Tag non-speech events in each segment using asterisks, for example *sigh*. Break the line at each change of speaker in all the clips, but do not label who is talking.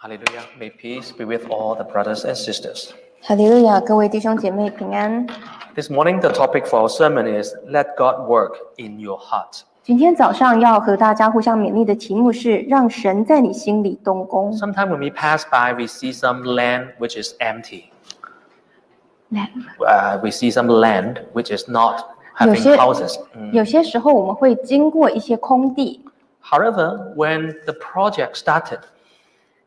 Hallelujah. May peace be with all the brothers and sisters.
哈利路亚，各位弟兄姐妹平安。
This morning, the topic for our sermon is Let God Work in Your Heart.
今天早上要和大家互相勉励的题目是“让神在你心里动工
Sometimes when we pass by, we see some land which is empty. ”。Uh, we see some land which is not having
有些-
houses.
有些时候我们会经过一些空地，
However, when the project started,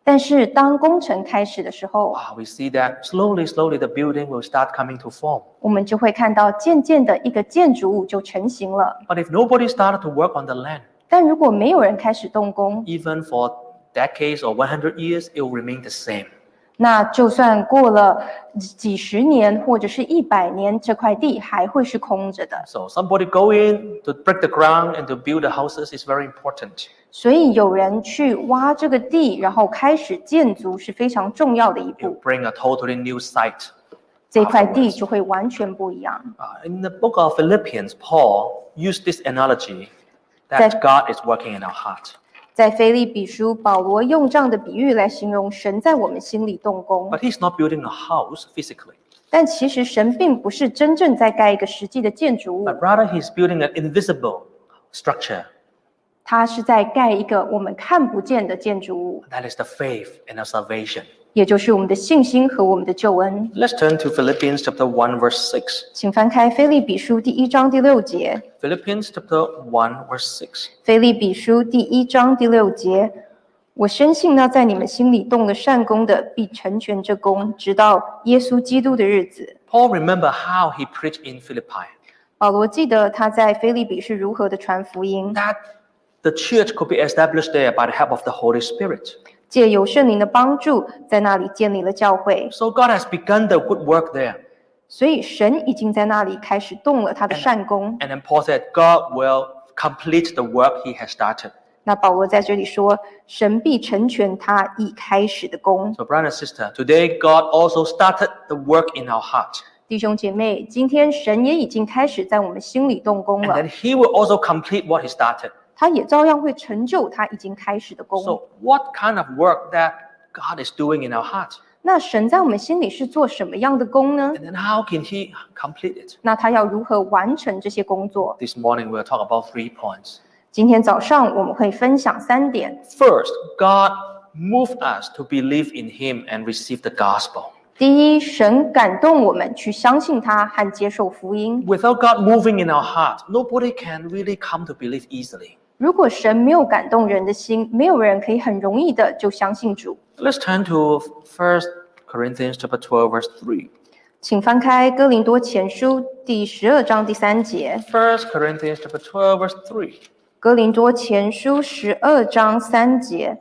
但是当工程开始的时候，
ah, we see that slowly, slowly the building will start coming to form.
我们就会看到渐渐的一个建筑物就成型了。
But if nobody started to work on the land,
但如果没有人开始动工，
even for decades or 100 years, it will remain the same.
那就算过了几几十年或者是一百年，这块地还会是空着的。
So somebody go in to break the ground and to build the houses is very important.
所以有人去挖这个地，然后开始建筑是非常重要的一
It
步
will。bring a totally new sight.
这块地就会完全不一样。
Uh, in the book of Philippians, Paul used this analogy that
That-
God is working in our heart.
在腓立比书，保罗用这样的比喻来形容神在我们心里动工，
But he's not building a house physically,
但其实神并不是真正在盖一个实际的建筑物，
but rather he's building an invisible structure.
他是在盖一个我们看不见的建筑物，
That is the faith and our salvation.
也就是我们的信心和我们的救恩。
Let's turn to Philippians chapter 1, verse 6.
请翻开腓立比书第一章第六节，
Philippians chapter 1, verse 6.
腓立比书第一章第六节。我深信那在你们心里动了善功的，必成全这功，直到耶稣基督的日子。
Paul remember how he preached in Philippi.
保罗记得他在菲利比是如何的传福音，
that the church could be established there by the help of the Holy Spirit.
借由圣灵的帮助，在那里建立了教会。
So God has begun the good work there.
所以神已经在那里开始动了他的善功。
And then Paul said, God will complete the work he has started.
那保罗在这里说，神必成全他已开始的功。
So, brother and sister, today God also started the work in our heart.
弟兄姐妹，今天神也已经开始在我们心里动工
And
了
then，he will also complete what he started.
他也照样会成就他已经开始的功。
So, what kind of work that God is doing in our heart?
那神在我们心里是做什么样的功呢？
And then how can he complete it?
那他要如何完成这些工作？
This morning we'll talk about three points.
今天早上我们会分享三点。
First, God moved us to believe in him and receive the gospel.
第一，神感动我们去相信他和接受福音。
Without God moving in our heart, nobody can really come to believe easily.
如果神没有感动人的心，没有人可以很容易的就相信主。
Let's turn to 1 Corinthians chapter 12, verse 3.
请翻开《哥林多前书》第十二章第三节，《
1 Corinthians chapter 12, verse 3.
哥林多前书》十二章三节。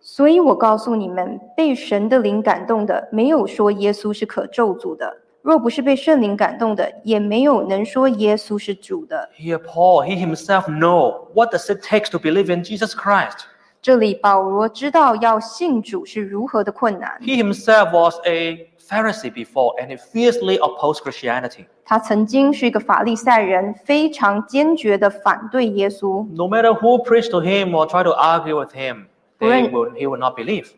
所以我告诉你们，被神的灵感动的，没有说耶稣是可咒诅的；若不是被圣灵感动的，也没有能说耶稣是主的。
Here Paul, he himself know what does it take to believe in Jesus Christ.
这里保罗知道要信主是如何的困难。
He himself was a Pharisee before and he fiercely opposed Christianity.
他曾经是一个法利赛人，非常坚决地反对耶稣。
No matter who preached to him or tried to argue with him, they
Right.
will, he will not believe.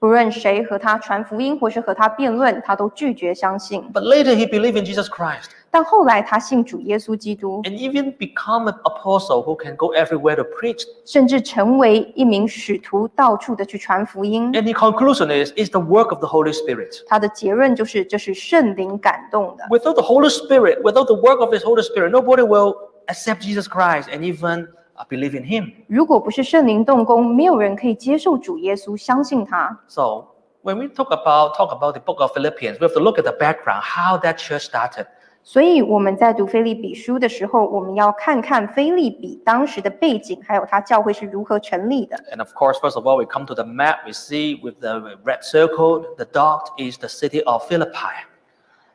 不论谁和他传福音或是和他辩论，他都拒绝相信。
But later he believed in Jesus Christ
但后来他信主耶稣基督，
and even become an apostle who can go everywhere to preach
甚至成为一名使徒，到处的去传福音。
And the conclusion is, it's the work of the Holy Spirit.
他的结论就是，这是圣灵感动的。
Without the Holy Spirit, without the work of His Holy Spirit, nobody will accept Jesus Christ and even uh, believe in Him.
如果不是圣灵动工，没有人可以接受主耶稣，相信他。
So when we talk about talk about the book of Philippians, we have to look at the background, how that church started.
所以我们在读菲利比书的时候，我们要看看菲利比当时的背景，还有他教会是如何成立的。
And of course, first of all, we come to the map. We see with the red circle, the dot is the city of Philippi.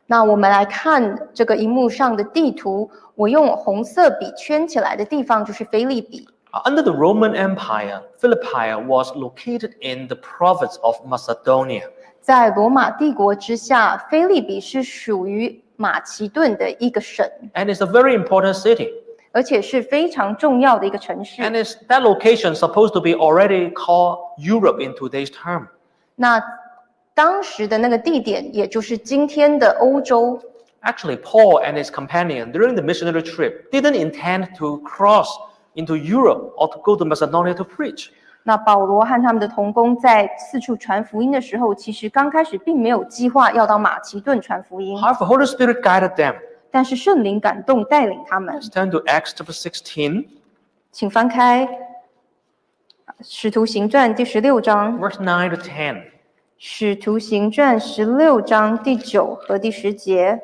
那我们来看这个荧幕上的地图，我用红色笔圈起来的地方就是菲利比。
Uh, Under the Roman Empire, Philippi was located in the province of Macedonia.
在罗马帝国之下，菲利比是属于马其顿的一个省，
And it's a very important city.
而且是非常重要的一个城
And
市。
it's, that location supposed to be already called Europe in today's term.
那当时的那个地点，也就是今天的欧洲。
Actually, Paul and his companion during the missionary trip didn't intend to cross into Europe or to go to Macedonia to preach.
那保罗和他们的同工在四处传福音的时候，其实刚开始并没有计划要到马其顿传福音，
However, Holy Spirit guided them.
但是圣灵感动带领他们
Let's。turn to Acts chapter 16,
请翻开《使徒行传》第十六章，《
verse 9 to 10.
使徒行传》十六章第九和第十节。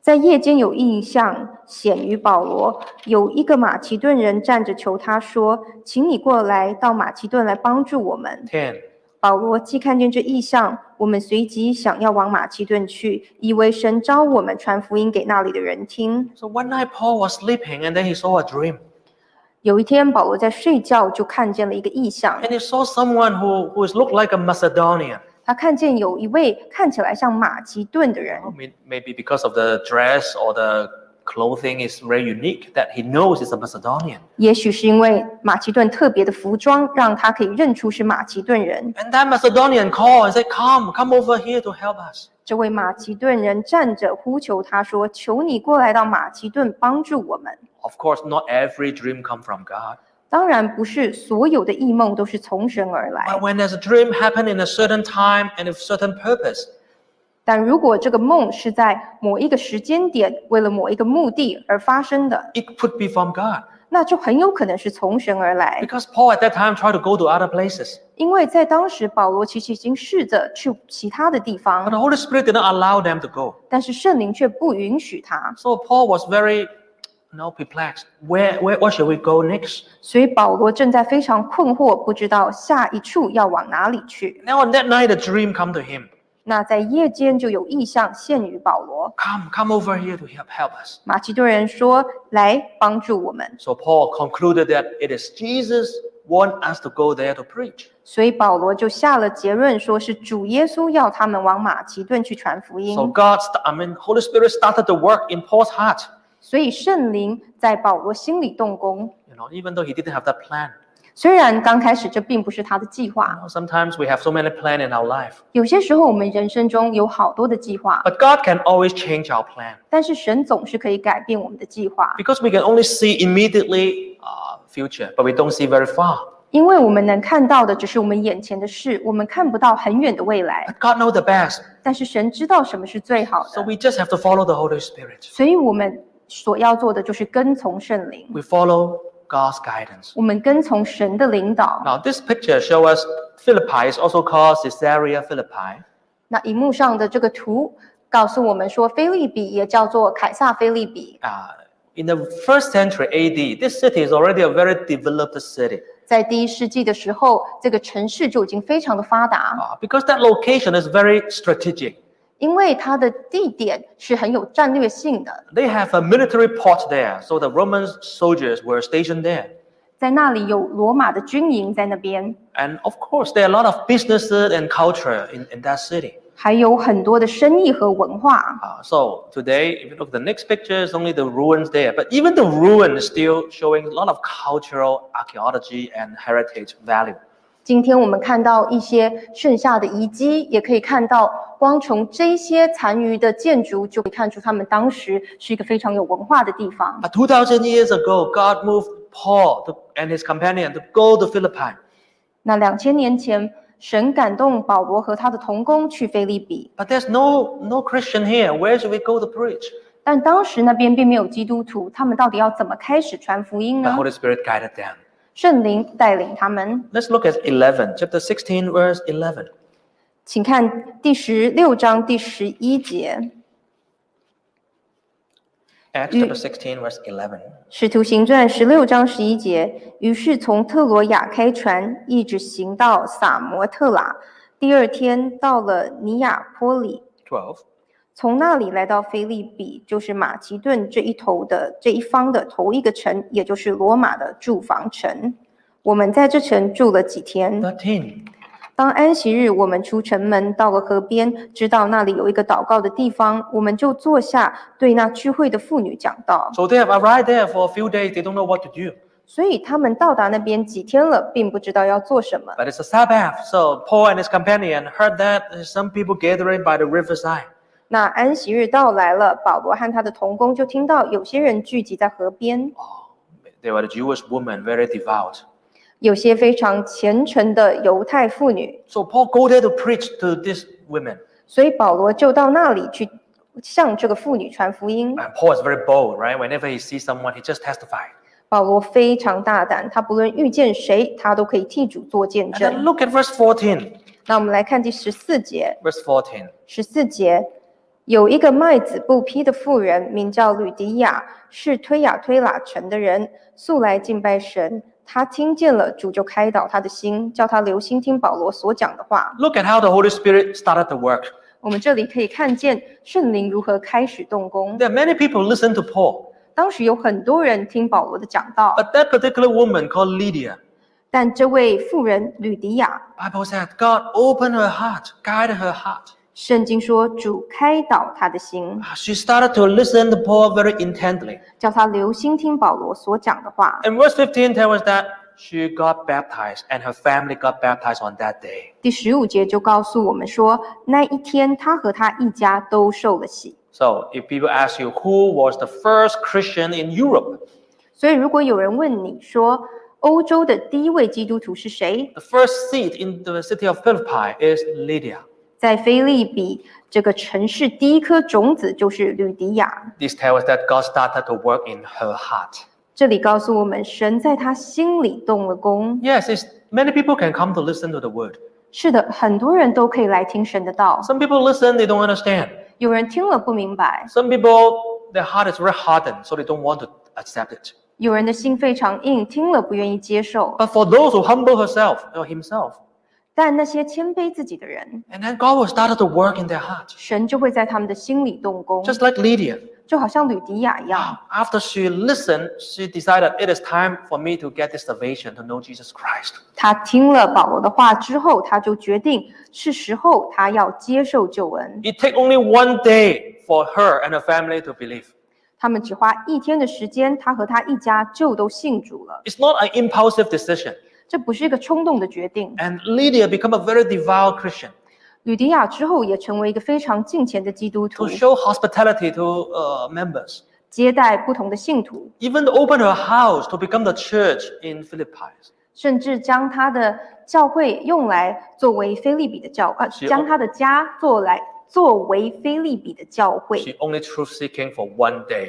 在夜间有异象显于保罗，有一个马其顿人站着求他说：“请你过来到马其顿来帮助我们。”
Ten.
保罗既看见这异象，我们随即想要往马其顿去，以为神召我们传福音给那里的人听。
So one night Paul was sleeping and then he saw a dream.
有一天，保罗在睡觉就看见了一个异象，
And he saw someone who, who is- looked like a Macedonian.
他看见有一位看起来像马其顿的人，
Well, may- Maybe because of the dress or the clothing is very unique that he knows is a Macedonian.
也许是因为马其顿特别的服装，让他可以认出是马其顿人。
And that Macedonian called and said, Come, come over here to help us.
这位马其顿人站着呼求他说：“求你过来到马其顿帮助我们。”
Of course, not every dream comes from God.
当然，不是所有的异梦都是从神而来。
But when there's a dream happen in a certain time and a certain purpose,
但如果这个梦是在某一个时间点，为了某一个目的而发生的，
it could be from God.
那就很有可能是从神而来。
Because Paul at that time tried to go to other places.
因为在当时，保罗其实已经试着去其他的地
But the
方，
Holy Spirit didn't allow them to go.
但是圣灵却不允许他，
So Paul was very you know, perplexed. Where, where, where should we go next?
所以保罗正在非常困惑，不知道下一处要往哪里去。
Now on that night, a dream come to him.
那在夜间就有异象现于保罗，
Come, come over here to help, help us.
马其顿人说：“来帮助我们。
So Paul concluded that it is Jesus want us to go there to preach. ”
所以保罗就下了结论，说是主耶稣要他们往马其顿去传福音。
So God, st- I mean, Holy Spirit started to work in Paul's heart.
所以圣灵在保罗心里动工，
You know, even though he didn't have that plan.
虽然刚开始这并不是他的计划。
Now, Sometimes we have so many plans in our life,
有些时候我们人生中有好多的计划，
but God can always change our plan
但是神总是可以改变我们的计划，
because we can only see immediately uh, future, but we don't see very far.
因为我们能看到的只是我们眼前的事，我们看不到很远的未来。
But God knows the best,
但是神知道什么是最好
so
的，
we just have to follow the Holy Spirit.
所以我们所要做的就是跟从圣灵，
We follow God's guidance.
我们跟从神的领导。
Now, this picture shows us Philippi is also called Caesarea Philippi.
那荧幕上的这个图告诉我们说，菲利比也叫做凯撒菲利比，
Uh, in the first century AD, this city is already a very developed city
在第一世纪的时候，这个城市就已经非常的发达，
uh, because that location is very strategic.
因为它的地点是很有战略性的，
They have a military port there, so the Roman soldiers were stationed there.
在那里有罗马的军营在那边，
And of course, there are a lot of businesses and culture in, in that city.
还有很多的生意和文化。
Uh, so today, if you look at the next picture, it's only the ruins there. But even the ruin is still showing a lot of cultural archaeology and heritage value.
今天我们看到一些剩下的遗迹，也可以看到，光从这些残余的建筑就可以看出，他们当时是一个非常有文化的地方。
But 2,000 years ago, God moved Paul to, and his companion to go to Philippi.
那两千年前，神感动保罗和他的同工去菲利比，
But there's no, no Christian here. Where should we go to preach?
但当时那边并没有基督徒，他们到底要怎么开始传福音
The
呢？
Holy Spirit guided them.
圣灵带领他们，
Let's look at 11, chapter 16, verse 11.
请看第十六章第十一节，《
Acts
Mm.
chapter 16, verse 11.
使徒行传》十六章十一节。于是从特罗亚开船，一直行到撒摩特拉。第二天到了尼亚坡里，
12.
从那里来到菲利比，就是马其顿这一头的这一方的头一个城，也就是罗马的住房城。我们在这城住了几天。
13.
当安息日，我们出城门，到了河边，知道那里有一个祷告的地方，我们就坐下，对那聚会的妇女讲道。
So they have arrived there for a few days. They don't know what to do.
所以他们到达那边几天了，并不知道要做什么。
But it's a Sabbath. So Paul and his companion heard that there's some people gathering by the riverside.
那安息日到来了，保罗和他的同工就听到有些人聚集在河边，
They were the Jewish women, very devout.
有些非常虔诚的犹太妇女，
So Paul go there to preach to these women.
所以保罗就到那里去向这个妇女传福音。
And Paul is very bold, right? Whenever he sees someone, he just testifies.
保罗非常大胆，他不论遇见谁，他都可以替主做见
And then
证。
look at verse 14.
那我们来看第十四节，
Verse 14.
十四节有一个卖子布匹的妇人，名叫吕迪亚，是推雅推拉城的人，素来敬拜神。她听见了主，就开导她的心，叫她留心听保罗所讲的话。
Look at how the Holy Spirit started the work.
我们这里可以看见圣灵如何开始动工。
There are many people listen to Paul,
当时有很多人听保罗的讲道，
but that particular woman called Lydia,
但这位妇人吕迪亚，
Bible said God opened her heart, guided her heart.
圣经说主开导她的心，
She started to listen to Paul very intently.
叫她留心听保罗所讲的话。
And verse 15 tells us that she got baptized and her family got baptized on that day.
第十五节就告诉我们说，那一天他和他一家都受了洗。
So if people ask you who was the first Christian in Europe,
所以，如果有人问你说欧洲的第一位基督徒是谁，
the first seat in the city of Philippi is Lydia.
在菲利比这个城市，第一颗种子就是吕迪亚。
This tells us that God started to work in her heart.
这里告诉我们，神在他心里动了工。
Yes, it's, many people can come to listen to the word.
是的，很多人都可以来听神的道。
Some people listen, they don't understand.
有人听了不明白，
Some people, their heart is very hardened, so they don't want to accept it.
有人的心非常硬，听了不愿意接受。
But for those who humble herself or himself,
但那些谦卑自己的人，
and then God will start to work in their heart.
神就会在他们的心里动工，
Just like Lydia.
就好像吕迪亚一样。
After she listened, she decided it is time for me to get this salvation to know Jesus Christ.
他听了保罗的话之后，他就决定是时候他要接受救恩。
It take only one day for her and her family to believe.
他们只花一天的时间，他和他一家就都信主了。
It's not an impulsive decision.
这不是一个冲动的决定。
And Lydia become a very devout Christian
吕迪亚之后也成为一个非常敬虔的基督徒
to，show hospitality to uh, members.
接待不同的信徒，
Even open her house to become the church in Philippi.
甚至将他的教会用来作为菲利比的教，呃，
是
将他的家做来作为菲利比的教会。
She only truth seeking for one day.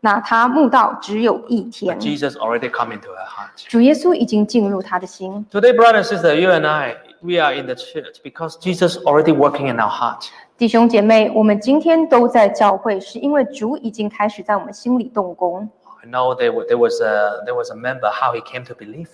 那他慕道只有一天
But，Jesus already come into her heart.
主耶稣已经进入他的心。
Today, brother and sister, you and I, we are in the church because Jesus already working in our heart.
弟兄姐妹，我们今天都在教会，是因为主已经开始在我们心里动工。
I know there, wa- there was a there was a member how he came to believe.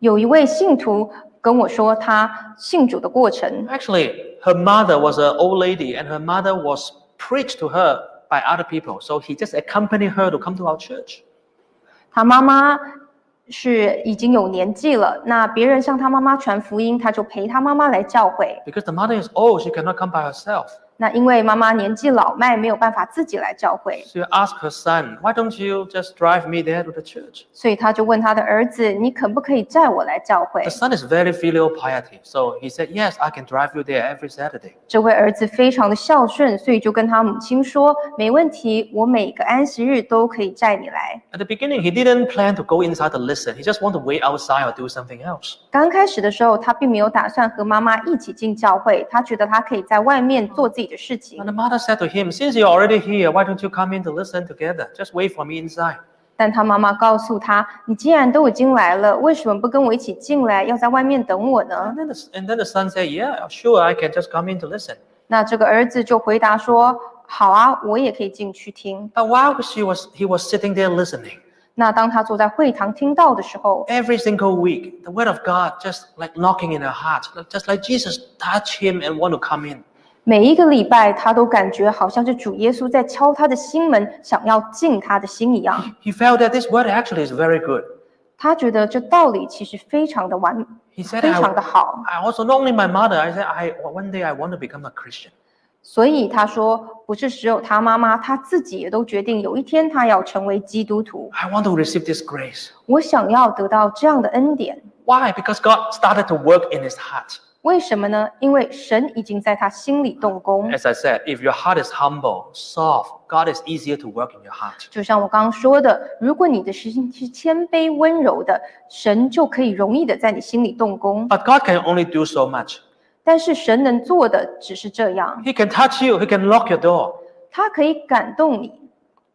有一位信徒跟我说，他信主的过程，
Actually, her mother was an old lady, and her mother was preached to her by other people. So he just accompanied her to come to our church.
他妈妈是已经有年纪了，那别人向他妈妈传福音，他就陪他妈妈来教会。
Because the mother is old, she cannot come by herself.
那因为妈妈年纪老迈，没有办法自己来教会，
She asked her son, "Why don't you just drive me there to the church?"
所以他就问他的儿子：“你可不可以载我来教会
The son is very filial piety, so he said, "Yes, I can drive you there every Saturday."？”
这位儿子非常的孝顺，所以就跟他母亲说：“没问题，我每个安息日都可以载你来。”
At the beginning, he didn't plan to go inside to listen. He just wanted to wait outside or do something else.
刚开始的时候，他并没有打算和妈妈一起进教会，他觉得他可以在外面做自己的事情
And。the mother said to him, Since you're already here, why don't you come in to listen together? Just wait for me inside.
但他妈妈告诉他：“你既然都已经来了，为什么不跟我一起进来，要在外面等我呢
And then the, and then the son said, Yeah, sure, I can just come in to listen. ”
那这个儿子就回答说：“好啊，我也可以进去听。
But while she was, he was sitting there listening, ”
那当他坐在会堂听到的时候，
every single week, the word of God just like knocking in her heart, just like Jesus touched him and want to come in.
每一个礼拜他都感觉好像是主耶稣在敲他的心门，想要进他的心一样。
He felt that this word actually is very good.
他觉得这道理其实非常的完，
He said,
非
I,
常的好，
I also not only my mother. I said, I one day I want to become a Christian.
所以他说不是只有他妈妈，他自己也都决定有一天他要成为基督徒。
I want to receive this grace.
我想要得到这样的恩典，
Why? Because God started to work in his heart.
为什么呢？因为神已经在他心里动工。
As I said, if your heart is humble, soft, God is easier to work in your heart.
就像我刚刚说的，如果你的心是谦卑温柔的，神就可以容易的在你心里动工。
But God can only do so much.
但是神能做的只是这样，
He can touch you, He can lock your door.
他可以感动你，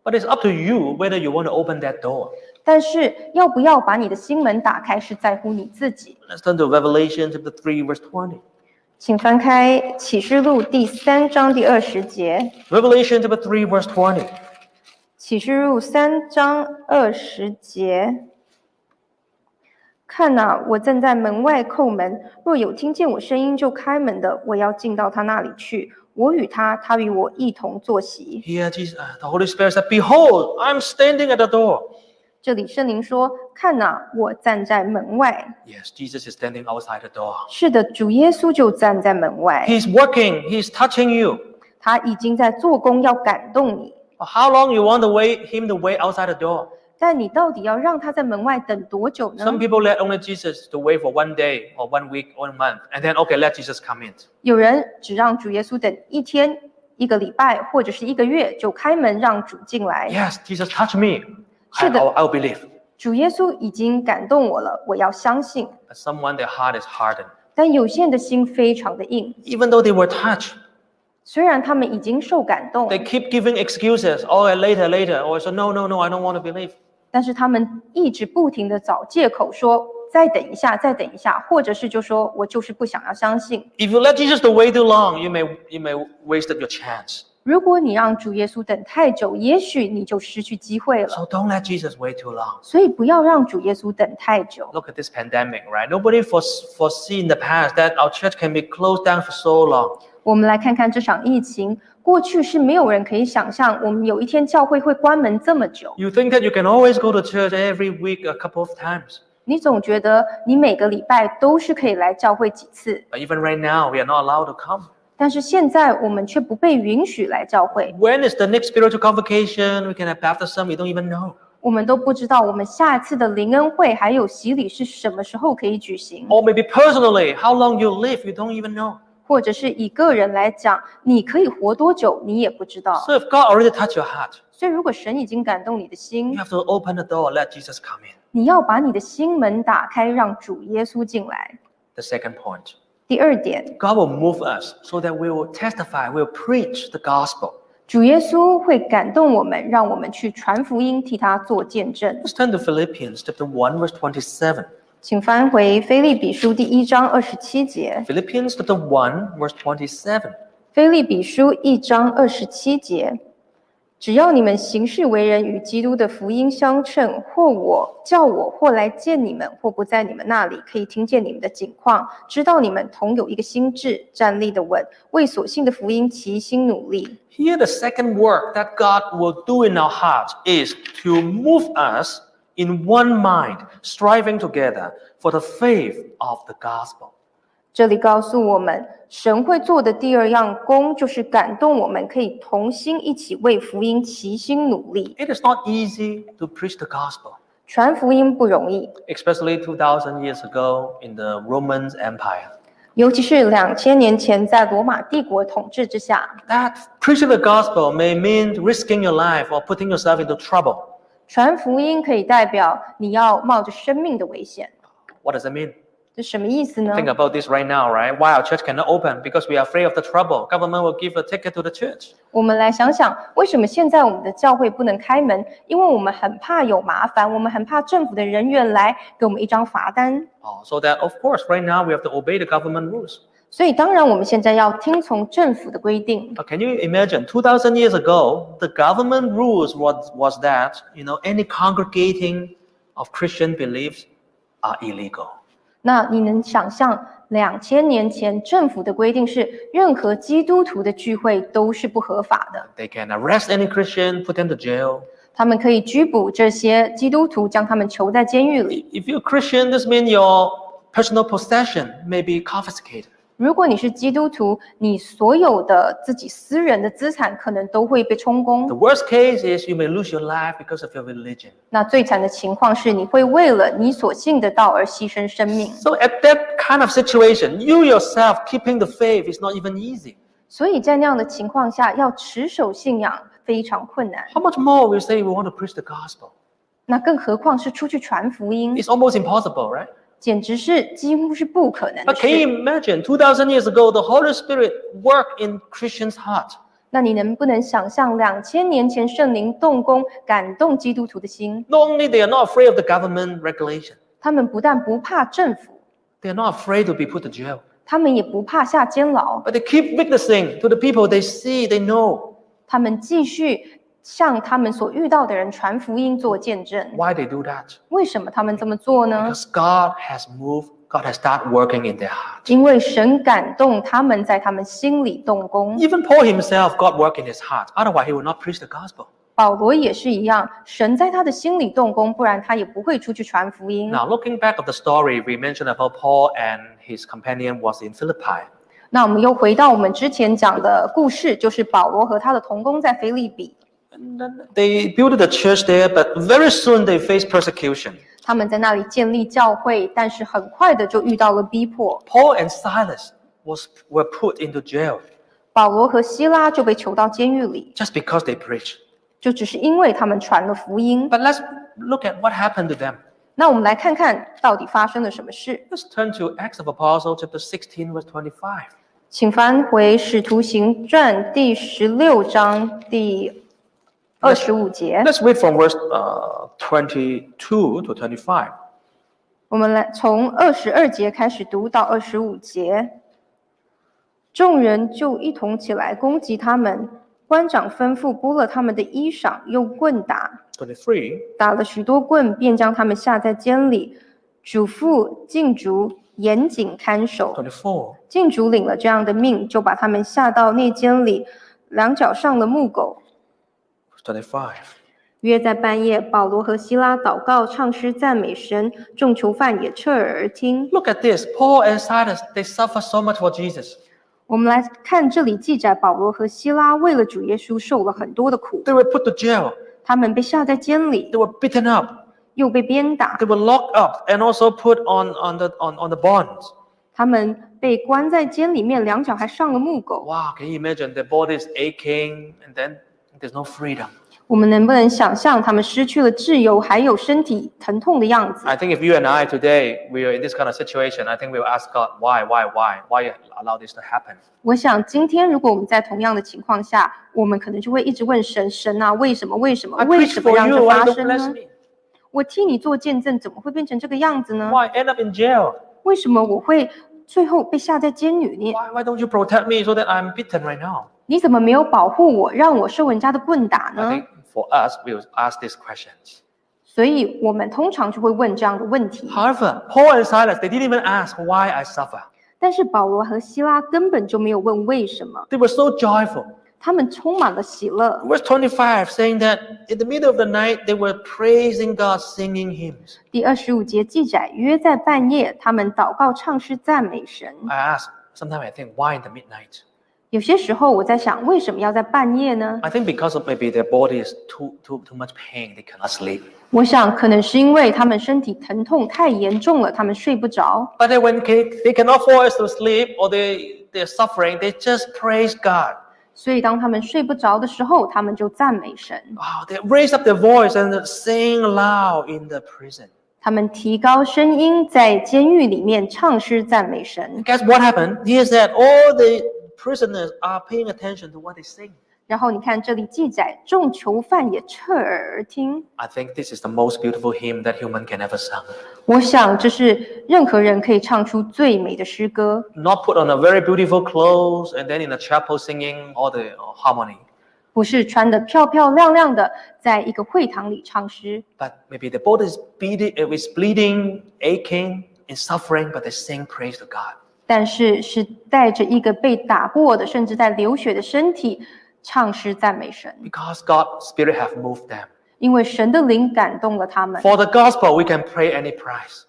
But it's up to you whether you want to open that door.
但是要不要把你的心门打开，是在乎你自己。
Let's turn to Revelation chapter 3, verse 20.
请翻开《启示录》第三章第二十节，《
Revelation chapter 3, verse 20.
启示录》三章二十节。看呐、我正在门外叩门，若有听见我声音就开门的，我要进到他那里去，我与他，他与我一同坐席。
Here, Jesus, uh, the Holy Spirit said, Behold, I'm standing at the door.
这里圣灵说：“看呐、我站在门外。
Yes, Jesus is standing outside the door. ”
是的，主耶稣就站在门外，
He's working, He's touching you.
他已经在做工，要感动你。
But how long you want to wait Him to wait outside the door?
但你到底要让他在门外等多久呢？
Some people let only Jesus to wait for one day or one week or one month, and then okay, let Jesus come in.
有人只让主耶稣等一天、一个礼拜或者是一个月就开门让主进来。
Yes, Jesus touch me. I,
是的。
I'll, I'll believe.
主耶稣已经感动我了，我要相信。
But someone, their heart is hardened.
但有些人的心非常的硬，
Even though they were touched,
虽然他们已经受感动，
they keep giving excuses. Oh, later, later. Or so, no, no, no, I don't want to believe.
但是他们一直不停的找借口说再等一下，再等一下，或者是就说我就是不想要相信。
If you let Jesus to wait too long, you may you may wasted your chance.
如果你让主耶稣等太久，也许你就失去机会了。
So don't let Jesus wait too long.
所以不要让主耶稣等太久。
Look at this pandemic, right? Nobody fores- foresee in the past that our church can be closed down for so long.
我们来看看这场疫情，过去是没有人可以想象，我们有一天教会会关门这么久。
You think that you can always go to church every week a couple of times.
你总觉得你每个礼拜都是可以来教会几次，
But even right now, we are not allowed to come.
但是现在我们却不被允许来教会，
When is the next spiritual convocation? We can have baptism. We don't even know.
我们都不知道我们下一次的灵恩会还有洗礼是什么时候可以举行，
Or maybe personally, how long you live, you don't even know.
或者是以个人来讲，你可以活多久，你也不知道。
So if God already touched your heart,
所以，如果神已经感动你的
you
心，
have to open the door, let Jesus come in.
你要把你的心门打开，让主耶稣进来。
The second point.
第二点，
God will move us so that we will testify, we'll preach the gospel.
主耶稣会感动我们，让我们去传福音，替他做见证。
Let's turn to Philippians chapter 1, verse 27.
请翻回《菲利比书》第一章二十七节，《
Philippians chapter 1, verse 27.
菲利比书》一章二十七节。只要你们行事为人与基督的福音相称，或我叫我或来见你们，或不在你们那里，可以听见你们的景况，知道你们同有一个心智，站立的稳，为所信的福音齐心努力。
Here, the second work that God will do in our hearts is to move us in one mind, striving together for the faith of the gospel.
这里告诉我们，神会做的第二样工就是感动我们，可以同心一起为福音齐心努力。
It is not easy to preach the gospel,
传福音不容易，
especially 2,000 years ago in the Roman Empire.
尤其是两千年前在罗马帝国统治之下，
That preaching the gospel may mean risking your life or putting yourself into trouble.
传福音可以代表你要冒着生命的危险。
What does it mean?
这什么意思呢？
Think about this right now, right? Why our church cannot open? Because we are afraid of the trouble. Government will give a ticket to the church.
我们来想想，为什么现在我们的教会不能开门？因为我们很怕有麻烦，我们很怕政府的人员来给我们一张罚单。
Oh, so that of course, right now we have to obey the government rules.
所以，当然我们现在要听从政府的规定。
But Uh, can you imagine? Two thousand years ago, the government rules was was that you know any congregating of Christian beliefs are illegal.
那你能想象，两千年前政府的规定是，任何基督徒的聚会都是不合法的，
They can arrest any Christian, put them to jail.
他们可以拘捕这些基督徒，将他们囚在监狱里。
If you're a Christian, this means your personal possession may be confiscated.
如果你是基督徒，你所有的自己私人的资产可能都会被充
The
公。
worst case is you may lose your life because of your religion.
那最惨的情况是，你会为了你所信的道而牺牲生命。
So at that kind of situation, you yourself keeping the faith is not even easy.
所以在那样的情况下，要持守信仰非常困难。
How much more we say we want to preach the gospel?
那更何况是出去传福音，
It's almost impossible, right?
简直是几乎是不可能的
But can you
事。
imagine 2000 years ago the Holy Spirit worked in Christians' heart?
那你能不能想象，两千年前圣灵动工感动基督徒的心？
Not only they are not afraid of the government regulation,
他们不但不怕政府，
they are not afraid to be put to jail.
他们也不怕下监牢，
But they keep witnessing to the people they see, they know
他们继续向他们所遇到的人传福音做见证。
why they do that.
为什么他们这么做呢？
Because God has moved, God has started working in their heart.
因为神感动他们在他们心里动工。
Even Paul himself, God worked in his heart. Otherwise, he would not preach the gospel.
保罗也是一样，神在他的心里动工，不然他也不会出去传福音。
Now, looking back at the story we mentioned about Paul and his companion was in Philippi.
那我们又回到我们之前讲的故事，就是保罗和他的同工在菲利比，
And then they built the church there, but very soon they faced persecution.
他们在那里建立教会，但是很快的就遇到了逼迫，
Paul and Silas was, were put into jail
保罗和希拉就被囚到监狱里，
just because they preached.
就只是因为他们传了福音。
But let's look at what happened to them.
那我们来看看到底发生了什么事，
Let's turn to Acts of Apostles, chapter 16, verse 25.
请翻回《使徒行传》第十六章第二十五节。
Let's read from verse uh, 22 to 25.
我们来从二十二节开始读到二十五节。众人就一同起来攻击他们。官长吩咐剥了他们的衣裳，用棍打，
23.
打了许多棍，便将他们下在监里，嘱咐禁足严谨看守。
24.
禁足领了这样的命，就把他们下到内监里，两脚上了木狗。
25.
约在半夜，保罗和希拉祷告、唱诗、赞美神，众囚犯也侧耳而听。
Look at this. Paul and Silas, they suffer so much for Jesus.
我们来看这里记载，保罗和希拉为了主耶稣受了很多的苦，
They were put to jail.
他们被下在监里
They，were beaten up.
又被鞭打
They，were locked up and also put on, on, the, on, on the bonds.
他们被关在监里面，两脚还上了木狗。
Wow, can you imagine? Their body is aching and then there's no freedom.
我们能不能想象他们失去了自由，还有身体疼痛的样子？
I think if you and I today, we are in this kind of situation, I think we'll ask God, why, why, why? Why you allow this to happen?
我想，今天如果我们在同样的情况下，我们可能就会一直问神：神啊，为什么？为什么
I？
为
preach
什么
for
让
you,
这
why
发
don't
生
bless
呢？
me?
我替你做见证，怎么会变成这个样子呢？
Why end up in jail?
为什么我会最后被下在监狱里？
Why, why don't you protect me so that I'm beaten right now?
你怎么没有保护我，让我受人家的棍打
I
呢
think？for us, we will ask these questions.
所以我们通常就会问这样的问题。
However, Paul and Silas, they didn't even ask why I suffer.
但是保罗和希拉根本就没有问为什么，
They were so joyful.
他们充满了喜乐。
Verse 25 saying that in the middle of the night, they were praising God, singing hymns.
第二十五节记载，约在半夜，他们祷告、唱诗、赞美神。
I ask, sometimes I think, why in the midnight?
有些时候我在想，为什么要在半夜呢？
I think because of maybe their body is too, too, too much pain, they cannot sleep.
我想，可能是因为他们身体疼痛太严重了，他们睡不着。
But then when they, they cannot force to sleep or they, they're suffering, they just praise God.
所以，当他们睡不着的时候，他们就赞美神，
Wow, they raise up their voice and sing loud in the prison.
他们提高声音，在监狱里面唱诗赞美神
And。guess what happened? Here's that all the prisoners are paying attention to what they sing.
然后你看这里记载，众囚犯也侧耳而听。
I think this is the most beautiful hymn that human can ever sung.
我想这是任何人可以唱出最美的诗歌，
Not put on a very beautiful clothes and then in a chapel singing all the harmony.
不是穿得漂漂亮亮的，在一个会堂里唱诗。
But maybe the body is bleeding, it was bleeding, aching, and suffering, but they sing praise to God.
但是是带着一个被打过的，甚至在流血的身体唱诗赞美神，
Because God's Spirit have moved them.
因为神的灵感动了他们。
For the gospel, we can pay any price.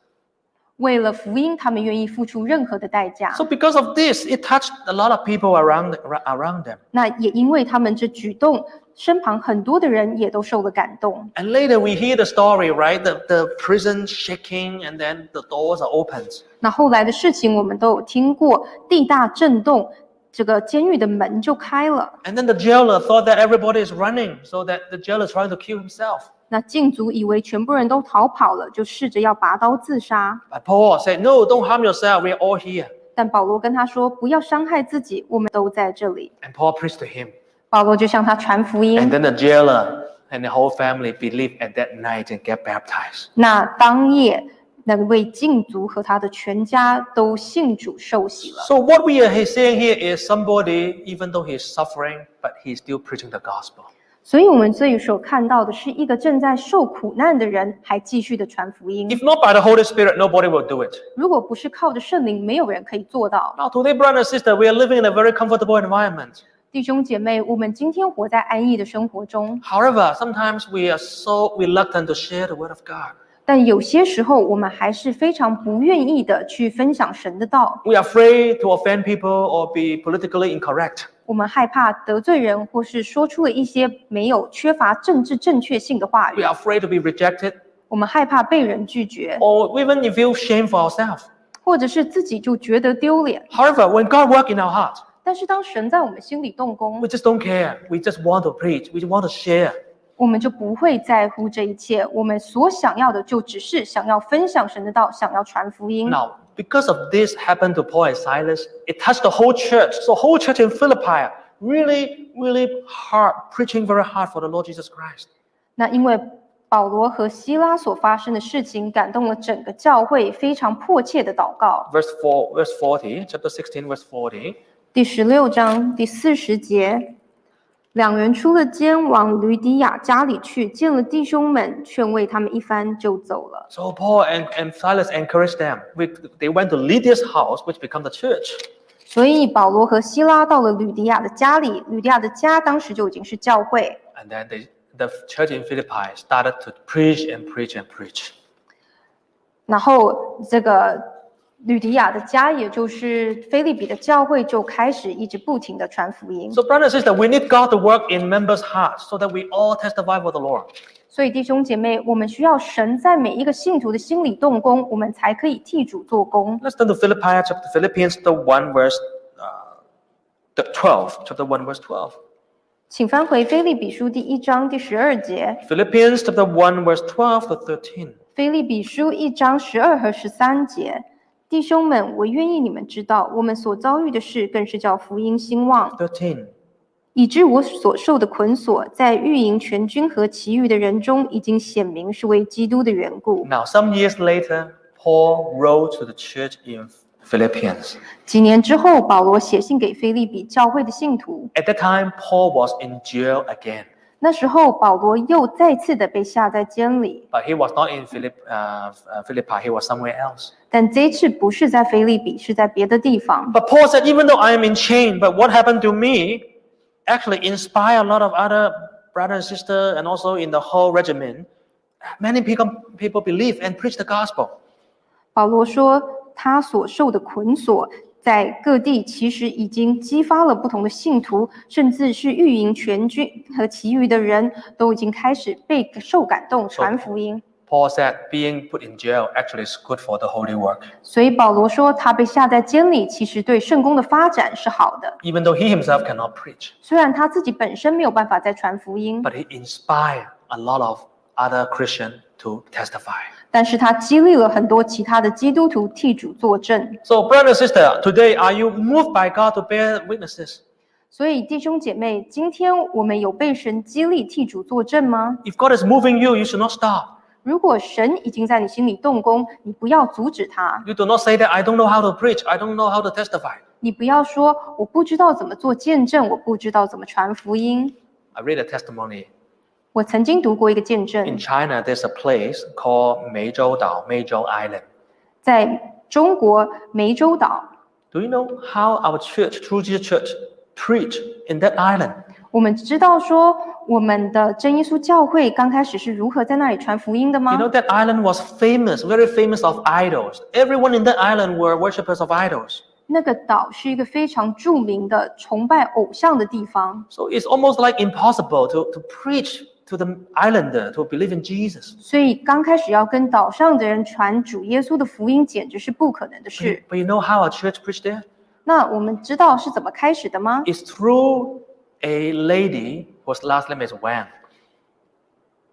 为了福音，他们愿意付出任何的代价
So。because of this, it touched a lot of people around around them.
那也因为他们这举动，身旁很多的人也都受了感动。
And later we hear the story, right? The, the prison shaking and then the doors are opened.
那后来的事情我们都有听过，地大震动，这个监狱的门就开了。
And then the jailer thought that everybody is running, so that the jailer is trying to kill himself.
那禁足以为全部人都逃跑了，就试着要拔刀自杀。
But Paul said, No, don't harm yourself. We're all here.
但保罗跟他说：“不要伤害自己，我们都在这里。
And Paul preached to him. ”
保罗就向他传福
And
音。
then the jailer and the whole family believed at that night and get baptized.
那当夜，那位禁足和他的全家都信主受洗了。
So what we are seeing here is somebody, even though he's suffering, but he's still preaching the gospel.
所以，我们这里所看到的是一个正在受苦难的人，还继续的传福音。
If not by the Holy Spirit, nobody will do it.
如果不是靠着圣灵，没有人可以做到。
Now today, brother and sister, we are living in a very comfortable environment.
弟兄姐妹，我们今天活在安逸的生活中，
However, sometimes we are so reluctant to share the word of God.
但有些时候，我们还是非常不愿意的去分享神的道。
We are afraid to offend people or be politically incorrect.
我们害怕得罪人，或是说出了一些没有缺乏政治正确性的话
We
语。
are afraid to be rejected
我们害怕被人拒绝，
or even we feel shame for ourselves.
或者是自己就觉得丢脸。
However, when God works in our heart,
但是当神在我们心里动工
we，just don't care. We just want to preach. We want to share.
我们就不会在乎这一切。我们所想要的，就只是想要分享神的道，想要传福音。
Now, because of this happened to Paul and Silas, it touched the whole church. So whole church in Philippi really, really hard, preaching very hard for the Lord Jesus Christ.
那因为保罗和希拉所发生的事情，感动了整个教会，非常迫切的祷告。
Verse 4, verse 40, chapter 16, verse 40.
第十六章第四十节，两人出了监，往吕底亚家里去，见了弟兄们，劝慰他们一番，就走了。
So Paul and, and Silas encouraged them. We, they went to Lydia's house, which became the church.
所以保罗和希拉到了吕底亚的家里，吕底亚的家当时就已经是教会。
And then they, the church in Philippi started to preach and preach and preach.
然后这个吕底亚的家，也就是菲利比的教会，就开始一直不停的传福音。
So, brothers and sisters, we need God to work in members' hearts so that we all testify for the Lord.
所以弟兄姐妹，我们需要神在每一个信徒的心里动工，我们才可以替主做工。
Let's turn to Philippi chapter Philippians chapter one verse uh, the twelve. Chapter one verse twelve.
请翻回菲利比书第一章第十二节。
Philippians chapter one verse twelve to thirteen.
菲利比书一章十二和十三节，弟兄们，我愿意你们知道，我们所遭遇的事，更是叫福音兴旺，
Thirteen.
以致我所受的捆锁，在御营全军和其余的人中，已经显明是为基督的缘故。
Now, some years later, Paul wrote to the church in Philippians.
几年之后，保罗写信给菲利比教会的信徒，
At that time, Paul was in jail again,
那时候保罗又再次的被下在监里，
but he was not in Philipp, uh, uh, Philippi. He was somewhere else.
但这一次不是在菲利比，是在别的地方。
But Paul said, even though I am in chain, but what happened to me actually inspired a lot of other brothers and sisters and also in the whole regiment. Many people, people believe and preach the gospel.
保罗说，他所受的捆锁在各地其实已经激发了不同的信徒，甚至是御营全军和其余的人都已经开始被受感动传福音。
Paul said, being put in jail actually is good for the holy work,
所以保罗说，他被下在监里，其实对圣公的发展是好的。
even though he himself cannot preach.
虽然他自己本身没有办法再传福音，
But he inspired a lot of other Christians to testify.
但是他激励了很多其他的基督徒替主作证。
So, brother and sister, today are you moved by God to bear witnesses?
所以弟兄姐妹，今天我们有被神激励替主作证吗？
If God is moving you, you should not stop.
如果神已经在你心里动工，你不要阻止他，
You do not say that I don't know how to preach, I don't know how to testify.
你不要说我不知道怎么做见证，我不知道怎么传福音。
I read a testimony.
我曾经读过一个见
In
证，
China, there's a place called Meizhou Dao, Meizhou Island.
在中国湄洲岛，
Do you know how our church, True Jesus Church, preach in that island?
我们知道说我们的真耶稣教会刚开始是如何在那里传福音的吗
You know that island was famous, very famous of idols. Everyone in that island were worshippers of idols.
那个岛是一个非常著名的崇拜偶像的地方，
So it's almost like impossible to, to preach to the islander to believe in Jesus.
所以刚开始要跟岛上的人传主耶稣的福音，简直是不可能的事。
But you know how our church preached there?
那我们知道是怎么开始的吗？
It's through a lady whose last name is Wang.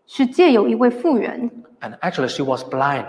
是借由一位妇人，
And actually, she was blind,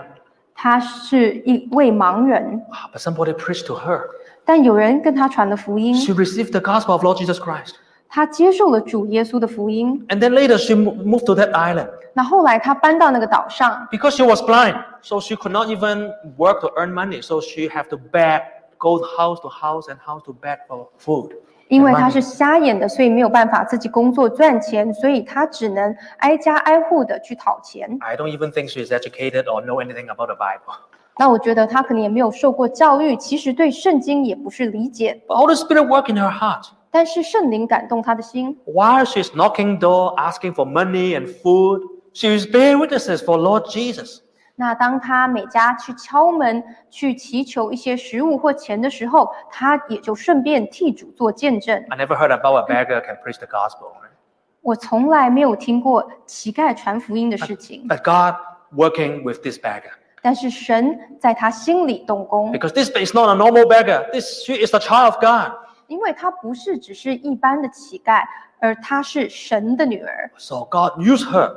她是一位盲人，
Ah, but somebody preached to her.
但有人跟她传了福音，
She received the gospel of Lord Jesus Christ.
她接受了主耶稣的福音。
And then later, she mo- moved to that island.
那后来她搬到那个岛上，
Because she was blind, so she could not even work to earn money. So she had to beg, go house to house and house to beg for food.
因为
and
她
money.
是瞎眼的，所以没有办法自己工作赚钱，所以她只能挨家挨户的去讨钱。
I don't even think she's educated or know anything about the Bible.
那我觉得她可能也没有受过教育，其实对圣经也不是理解，
But Holy Spirit worked in her heart.
但是圣灵感动她的心。
While she's knocking door, asking for money and food, she is bearing witnesses for Lord Jesus.
那当她每家去敲门去祈求一些食物或钱的时候，她也就顺便替主做见证。
I never heard about a beggar can preach the gospel. right?
我从来没有听过乞丐传福音的事情，
But God working with this beggar.
但是神在他心里动工，
Because this is not a normal beggar. This she is the child of God.
因为他不是只是一般的乞丐，而他是神的女儿，
So God used her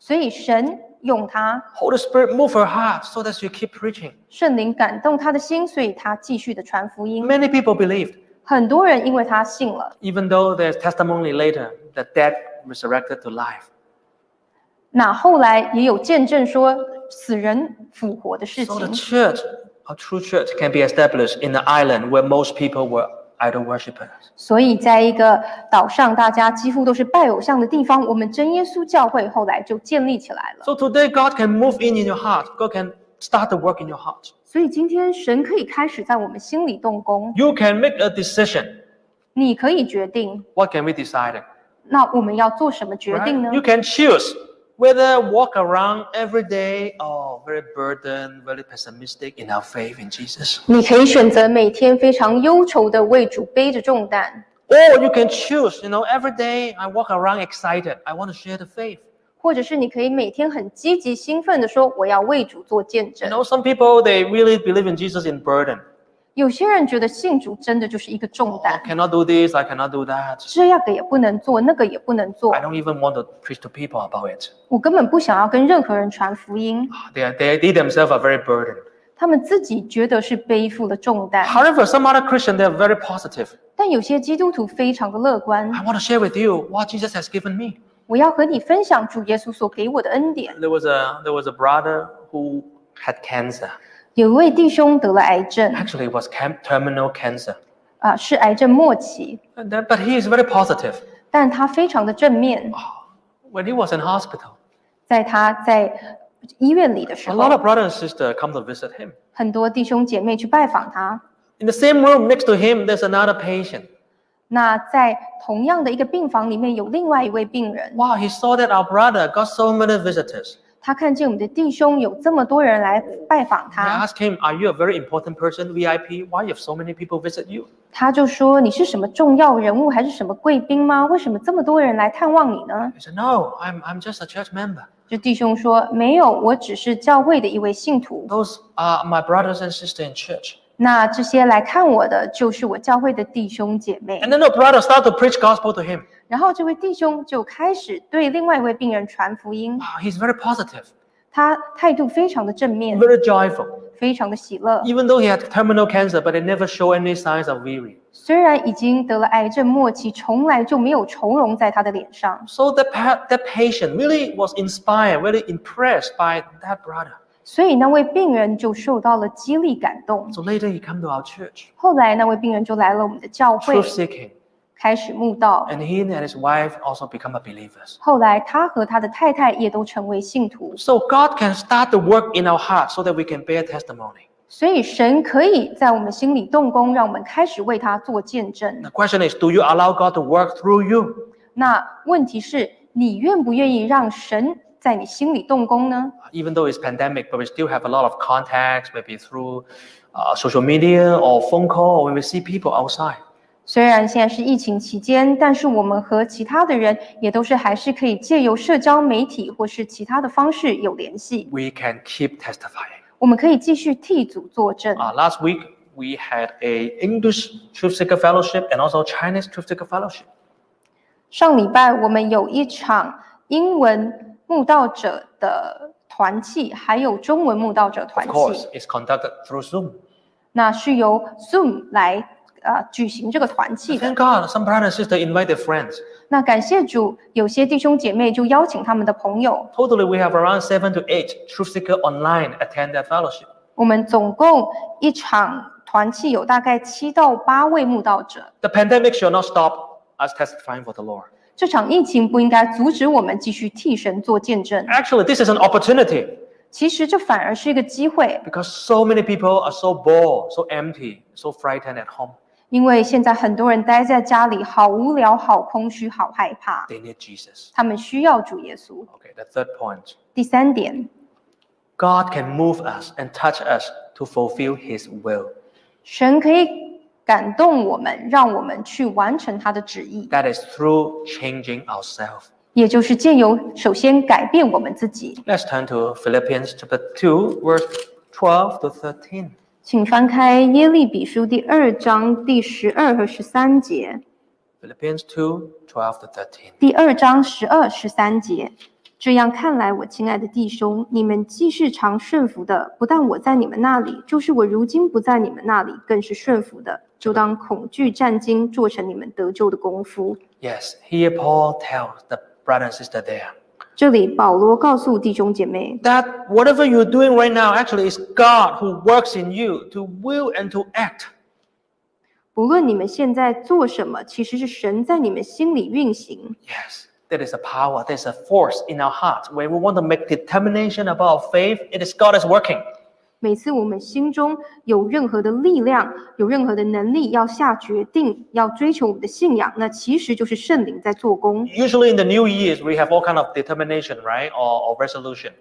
所以神用他，
Holy Spirit move her heart so that she keep preaching.
圣灵感动他的心，所以他继续的传福音。
Many people believed,
很多人因为他信了，
even though there's testimony later that dead resurrected to life.
那后来也有见证说死人复活的事
So
情
the，church, a true church, can be established in the island where most people were idol worshippers.
所以在一个岛上，大家几乎都是拜偶像的地方，我们真耶稣教会后来就建立起来了。
So today God can move in in your heart. God can start the work in your heart.
所以今天神可以开始在我们心里动工，
You can make a decision.
你可以决定。
What can we decide?
那我们要做什么决
right?
定呢
You can choose whether walk around every day or very burdened, very pessimistic in our faith in Jesus.
你可以选择每天非常忧愁的为主背着重担，
Or you can choose, you know, every day I walk around excited. I want to share the faith.
或者是你可以每天很积极兴奋的说我要为主做见
You
证。
know, some people they really believe in Jesus in burden. Oh,
有些人觉得信主真的就是一个重
I
担，
cannot do this, I cannot do that.
这样个也不能做，那个也不能做
I，don't even want to preach to people about it.
我根本不想要跟任何人传福音。
They, are, they, they themselves are very burdened.
他们自己觉得是背负了重担，
However, some other Christian they are very positive.
但有些基督徒非常的乐观。
I want to share with you what Jesus has given me.
我要和你分享主耶稣所给我的恩典。
There was a there was a brother who had cancer.
有一位弟兄得了癌症，
Actually, it was cam- terminal cancer.
啊、是癌症末期，
And then, but he is very positive.
但他非常的正面。
When he was in hospital,
在他在医院里的时
a lot
候，
of brother and sister come to visit him.
很多弟兄姐妹去拜访他。
In the same room next to him, there's another patient.
那在同样的一个病房里面，有另外一位病人，
Wow, he saw that our brother got so many visitors.
他看见我们的弟兄有这么多人来拜访
I
他，
asked him, Are you a very important person, VIP? Why have so many people visit you?
他就说：“你是什么重要人物还是什么贵宾吗？为什么这么多人来探望你呢
He said, No, I'm, I'm just a church member.？”
这弟兄说：“没有，我只是教会的一位信徒。
Those are my brothers and sisters in church.
那这些来看我的，就是我教会的弟兄姐妹。”
And then the brother started to preach gospel to him.
然后这位弟兄就开始对另外一位病人传福音，
Wow, he's very positive,
他态度非常的正面，
very joyful.
非常的喜乐。
Even though he had terminal cancer, but he never showed any signs of weary.
虽然已经得了癌症末期，从来就没有愁容在他的脸上，
So that, pa- that patient really was inspired, really impressed by that brother.
所以那位病人就受到了激励感动。
So later he came to our church,
后来那位病人就来了我们的教会
truth，seeking.
开始慕道。
And he and his wife also become a believers.
后来他和他的太太也都成为信徒，
So God can start the work in our heart so that we can bear testimony.
所以神可以在我们心里动工，让我们开始为他做见证
The。question is, do you allow God to work through you?
那问题是，你愿不愿意让神在你心里动工呢？
Even though it's pandemic, but we still have a lot of contacts, maybe through uh, social media or phone call, or when we see people outside.
虽然现在是疫情期间，但是我们和其他的人也都是还是可以借由社交媒体或是其他的方式有联系。
We can keep testifying.
我们可以继续替主作证。
Uh, last week we had a English Truth Seeker Fellowship and also Chinese Truth Seeker Fellowship.
上礼拜我们有一场英文慕道者的团契，还有中文慕道者团
Of course,
契，
it's conducted through Zoom.
那是由 Zoom 来呃举行这个团契的
Thank。God, some brothers and sisters invite their friends.
那感谢主，有些弟兄姐妹就邀请他们的朋友。
Totally, we have around seven to eight Truth Seeker online attend that fellowship.
我们总共一场团契有大概七到八位慕道者。
The pandemic shall not stop us testifying for the Lord.
这场疫情不应该阻止我们继续替神做见证，
Actually, this is an opportunity
其实这反而是一个机会，
because so many people are so bored, so empty, so frightened at home.
因为现在很多人待在家里，好无聊、好空虚、好害怕，
They need Jesus.
他们需要主耶稣。
Okay, the third point
第三点，
God can move us and touch us to fulfill His will.
神可以感动我们，让我们去完成他的旨意，
That is through changing ourselves.
也就是借由首先改变我们自己。
Let's turn to Philippians chapter 2, verse 12 to 13.
请翻开耶利比书第二章第十二和十三节。
Philippians 2, 12 to 13.
第二章十二、十三节。这样看来，我亲爱的弟兄，你们既是常顺服的，不但我在你们那里，就是我如今不在你们那里，更是顺服的。就当恐惧战惊，做成你们得救的功夫。
Yes, here Paul tells the brother and sister there
这里保罗告诉弟兄姐妹，
that whatever you're doing right now actually is God who works in you to will and to act.
不论你们现在做什么，其实是神在你们心里运行。
Yes, there is a power, there's a force in our heart. When we want to make determination about our faith, it is God is working.
每次我们心中有任何的力量，有任何的能力，要下决定，要追求我们的信仰，那其实就是圣灵在做工。
Usually in the new years, we have all kind of determination, right? Or, or resolution.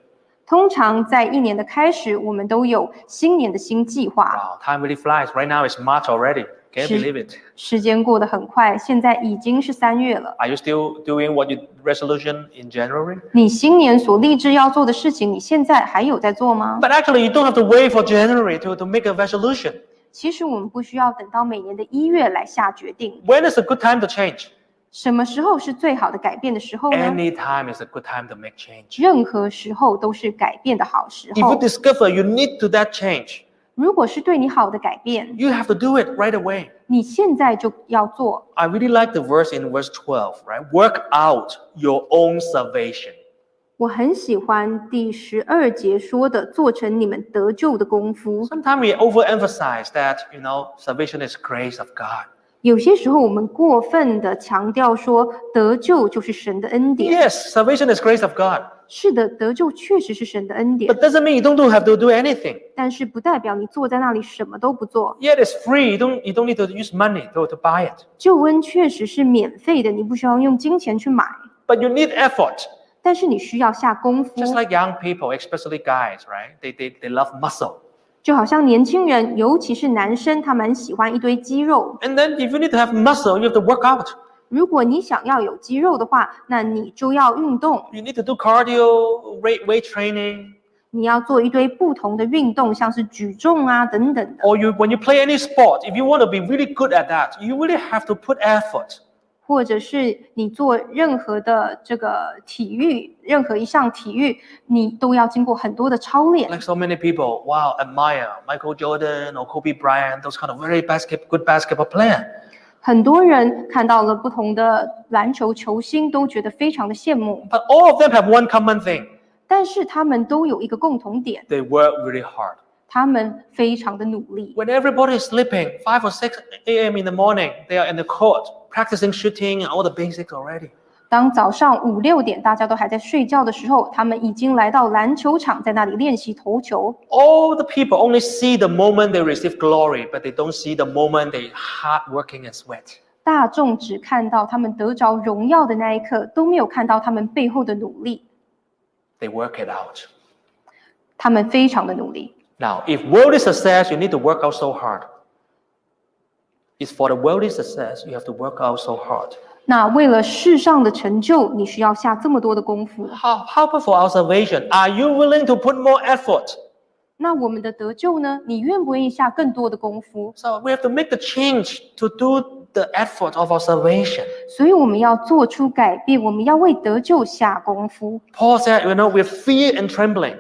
通常在一年的开始，我们都有新年的新计划。
Wow, time really flies. Right now it's March already. Can you
She-
believe it?
时间过得很快，现在已经是三月了。
Are you still doing what you resolution in January?
你新年所立志要做的事情，你现在还有在做吗？
But actually, you don't have to wait for January to, to make a resolution.
其实我们不需要等到每年的一月来下决定，
When is a good time to change?
什么时候是最好的改变的时候呢？
Any time is a good time to make change.
任何时候都是改变的好时
If
候
you。discover you need to that change,
如果是对你好的改变，
you have to do it right away.
你现在就要做。
I really like the verse in verse 12, right? Work out your own salvation.
我很喜欢第十二节说的“做成你们得救的功夫”。
Sometimes we overemphasize that, you know, salvation is grace of God.
有些时候，我们过分的强调说得救就是神的恩典。
Yes, salvation is grace of God.
是的，得救确实是神的恩典
But，doesn't mean you don't do- have to do anything.
但是不代表你坐在那里什么都不做。
Yet it's free. You don't, you don't need to use money to, to buy it.
救恩确实是免费的，你不需要用金钱去买，
But you need effort.
但是你需要下功夫。
Just like young people, especially guys, right? They, they, they love muscle.
就好像年轻人，尤其是男生，他们喜欢一堆肌肉。
And then if you need to have muscle, you have to work out.
如果你想要有肌肉的话，那你就要运动，
You need to do cardio, weight, weight training.
你要做一堆不同的运动，像是举重啊等等的。
Or you, when you play any sport, if you want to be really good at that, you really have to put effort.
或者是你做任何的这个体育，任何一项体育，你都要经过很多的操练。
Like so many people, wow, admire Michael Jordan or Kobe Bryant, those kind of very basket, good basketball player.
很多人看到了不同的篮球球星，都觉得非常的羡慕，
But all of them have one common thing.
但是他们都有一个共同点，
They work really hard.
他们非常的努力。
When everybody is sleeping, 5 or 6 a.m. in the morning, they are in the court practicing shooting and all the basics already.
当早上五六点大家都还在睡觉的时候，他们已经来到篮球场，在那里练习投球。
All the people only see the moment they receive glory, but they don't see the moment they hard working and sweat.
大众只看到他们得着荣耀的那一刻，都没有看到他们背后的努力。
They work it out.
他们非常的努力。
Now, if worldly success, you need to work out so hard. It's for the worldly success, you have to work out so hard.
那为了世上的成就，你需要下这么多的功夫。
How, how about for our salvation? Are you willing to put more effort?
那我们的得救呢？你愿不愿意下更多的功夫？
So we have to make the change to do the effort of our salvation.
所以我们要做出改变，我们要为得救下功夫。
Paul said, you know, with fear and trembling.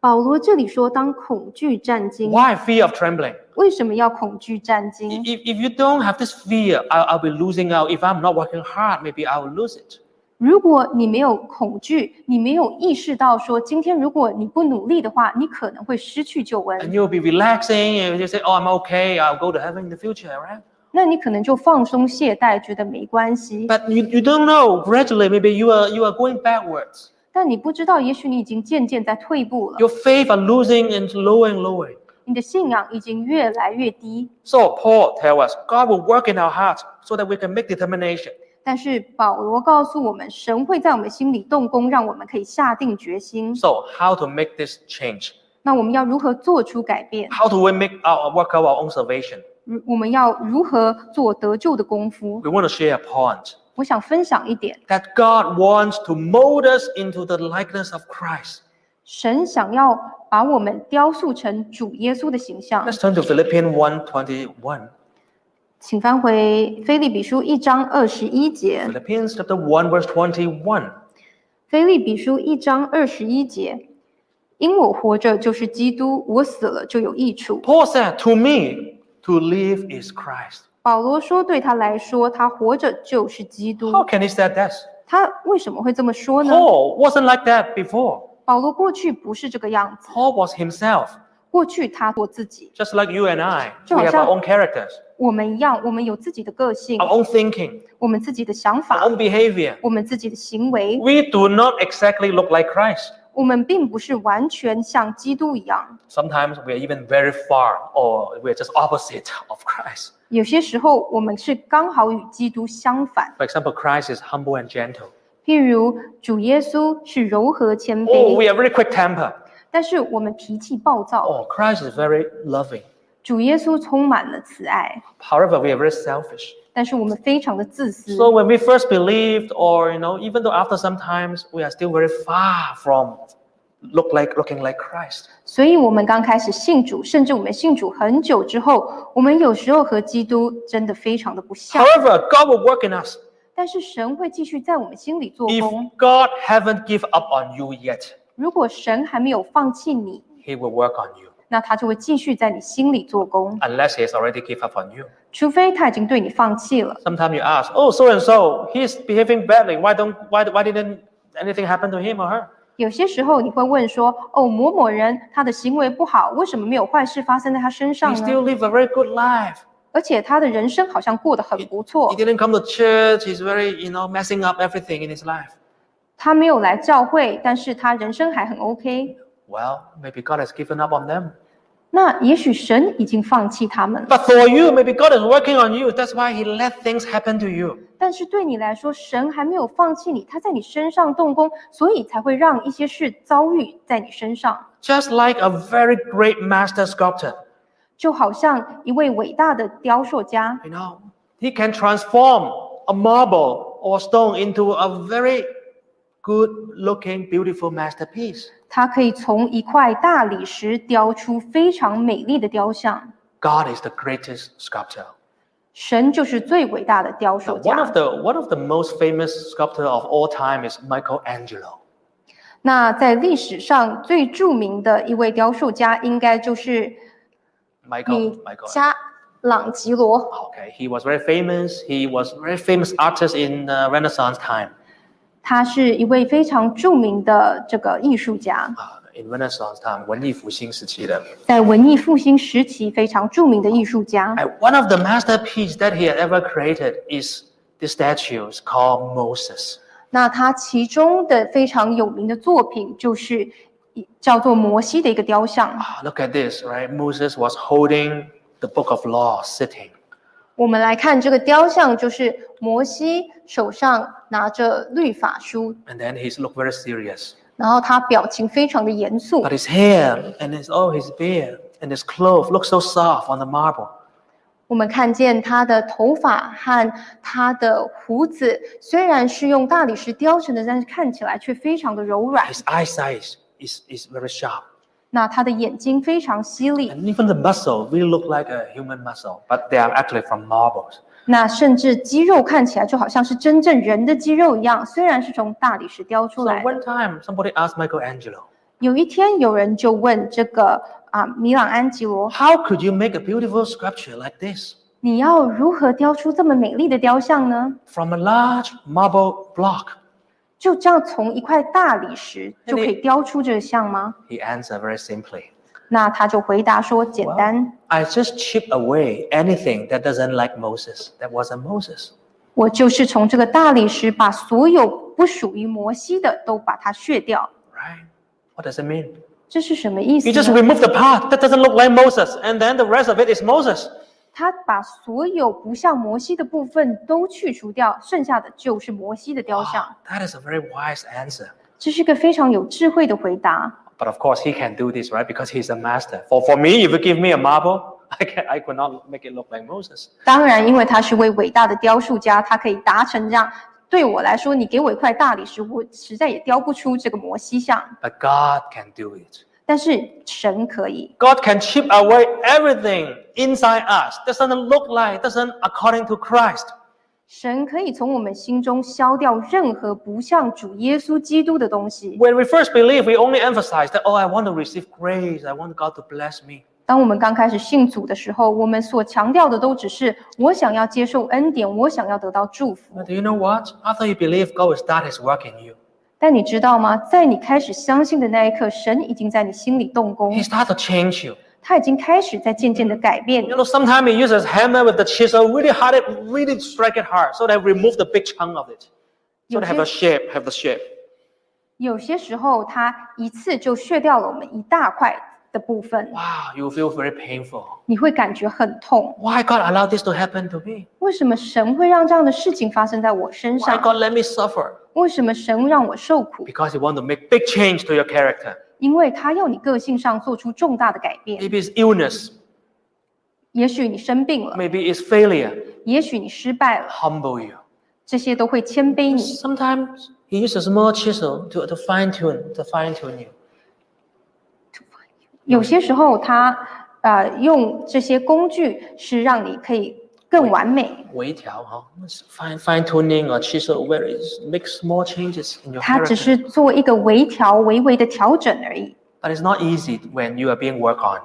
保罗这里说，当恐惧战惊，
Why fear of trembling?
为什么要恐惧战惊？
If, if you don't have this fear, I'll, I'll be losing out. If I'm not working hard, maybe I will lose it.
如果你没有恐惧，你没有意识到说，今天如果你不努力的话，你可能会失去救
And
恩。
you'll be relaxing and you say, oh, I'm okay. I'll go to heaven in the future, right?
那你可能就放松懈怠，觉得没关系。
But you, you don't know. Gradually, maybe you are, you are going backwards.
但你不知道，也许你已经渐渐在退步了，
Your faith are losing and lower and lower.
你的信仰已经越来越低。
So Paul tells us, God will work in our hearts so that we can make determination.
但是保罗告诉我们，神会在我们心里动工，让我们可以下定决心。
So how to make this change?
那我们要如何做出改变？
How do we make our work out our own salvation?
如我们要如何做得救的功夫？
We want to share a point
我想分享一点，
that God wants to mold us into the likeness of Christ.
神想要把我们雕塑成主耶稣的形象。
Let's turn to Philippians 1:21.
请翻回《菲利比书》一章二十一节，《
Philippians chapter 1 verse 21.
菲利比书》一章二十一节，因我活着就是基督，我死了就有益处。
Paul said, "To me, to live is Christ."
保罗说，对他来说，他活着就是基督。
How can he say that?
他为什么会这么说呢？
Paul wasn't like that before.
保罗过去不是这个样子，
Paul was himself,
过去他做自己，
just like you and I. We
就好像-
have our own characters,
我们一样，我们有自己的个性
our，own thinking,
我们自己的想
our
法，
own behavior.
我们自己的行为，
We do not exactly look like Christ.
我们并不是完全像基督一样。
Sometimes we are even very far, or we're just opposite of Christ.
有些时候，我们是刚好与基督相反。
For example, Christ is humble and gentle.
譬如主耶稣是柔和谦
Oh,
卑，
we are very quick tempered.
但是我们脾气暴躁。
Oh, Christ is very loving.
主耶稣充满了慈爱，
However, we are very selfish.
但是我们非常的自私。
So when we first believed, or you know, even though after some times, we are still very far from look like looking like Christ.
所以，我们刚开始信主，甚至我们信主很久之后，我们有时候和基督真的非常的不像。
However, God will work in us.
但是神会继续在我们心里
Uh-huh.
做工。
If God haven't give up on you yet,
如果神还没有放弃你，
He will work on you.
那他就会继续在你心里做工，
Unless He has already give up on you.
除非他已经对你放弃了。
Sometimes you ask, "Oh, so and so, he's behaving badly. Why don't? Why, why didn't anything happen to him or her?"
有些时候你会问说：“哦，某某人他的行为不好，为什么没有坏事发生在他身上
He
呢
still live a very good life.
而且他的人生好像过得很不错
He，didn't come to church. He's very, you know, messing up everything in his life.
他没有来教会，但是他人生还很 OK。
Well, maybe God has given up on them.
那也许神已经放弃他们了，
But for you, maybe God is working on you. That's why He let things happen to you.
但是对你来说，神还没有放弃你，他在你身上动工，所以才会让一些事遭遇在你身上。
Just like a very great master sculptor,
就好像一位伟大的雕塑家，
you know, he can transform a marble or stone into a very good-looking, beautiful masterpiece.
他可以从一块大理石雕出非常美丽的雕像。
God is the greatest sculptor.
神就是最伟大的雕
Now,
塑
one
家
of。the one of the most famous sculptor of all time is Michelangelo.
那在历史上最著名的一位雕塑家，应该就是
Michael,
米
Michael.
迦朗基罗。
Okay, he was very famous. He was very famous artist in uh, Renaissance time.
他是一位非常著名的这个艺术家，
Uh, in Renaissance time, 文艺复兴时期的。
在文艺复兴时期非常著名的艺术家。
And one of the masterpieces that he had ever created is this statue is called Moses.
那他其中的非常有名的作品就是一叫做摩西的一个雕像。
啊 Ah, Look at this, right? Moses was holding the book of law sitting.
我我们来看这个雕像，就是摩西手上拿着律法书，
And then he looked very serious.
然后他表情非常的严肃
But，his hair and his oh his beard and his clothes look so soft on the marble.
我们看见他的头发和他的胡子，虽然是用大理石雕成的，但是看起来却非常的柔软。
His eyesight is, is very sharp.
那他的眼睛非常犀利，
And even the muscle really look like a human muscle, but they are actually from marbles.
那甚至肌肉看起来就好像是真正人的肌肉一样，虽然是从大理石雕出
So
来的。
one time somebody asked Michelangelo,
有一天，有人就问这个啊米朗安吉罗，
how could you make a beautiful sculpture like this
你要如何雕出这么美丽的雕像呢？
from a large marble block?
就这样从一块大理石就可以雕出这个像吗？
He answered very simply,
那他就回答说：简单，
I just chip away anything that doesn't like Moses, that wasn't Moses.
我就是从这个大理石把所有不属于摩西的都把它削掉。
Right? What does it mean?
这是什么意
You just
思呢？
remove the part that doesn't look like Moses, and then the rest of it is Moses.
他把所有不像摩西的部分都去除掉，剩下的就是摩西的雕像
Wow,。that Ah, is a very wise answer.
这是个非常有智慧的回答。
But of course, he can do this, right? Because he's a master. For, for me, if you give me a marble, *laughs* I, can, I could not make it look like Moses.
当然，因为他是位伟大的雕塑家，他可以达成这样。对我来说，你给我一块大理石，我实在也雕不出这个摩西像。
But God can do it.
但是神可以，
God can chip away everything inside us doesn't look like, doesn't according to Christ.
神可以从我们心中消掉任何不像主耶稣基督的东西。
When we first believe, we only emphasize that, oh, I want to receive grace. I want God to bless me.
当我们刚开始信主的时候，我们所强调的都只是我想要接受恩典，我想要得到祝福。
But do you know what? After you believe, God will start his work in you.
但你知道吗？在你开始相信的那一刻，神已经在你心里动工
He，starts to change you.
他已经开始在渐渐的改变你
You。know, sometimes he uses hammer with the chisel, really hard it, really strike it hard, so they remove the big chunk of it. So they have a shape, have the shape.
有些时候，他一次就削掉了我们一大块的部分，
Wow, you feel very painful.
你会感觉很痛。
Why God allow this to happen to me?
为什么神会让这样的事情发生在我身
Why
上？
God let me suffer?
为什么神让我受苦？
Because He want to make big change to your character.
因为他要你个性上做出重大的改变。
Maybe it's illness,
也许你生病了，
maybe it's failure.
也许你失败了，
Humble you.
这些都会谦卑你。
Sometimes He uses a small chisel to, to fine tune, to fine tune you.
有些时候他，呃用这些工具是让你可以更完美。
微调, huh? Fine, fine tuning or chisel where it make small changes in your
他只
character.
是做一个微调、微微的调整而已。
But it's not easy when you are being worked on.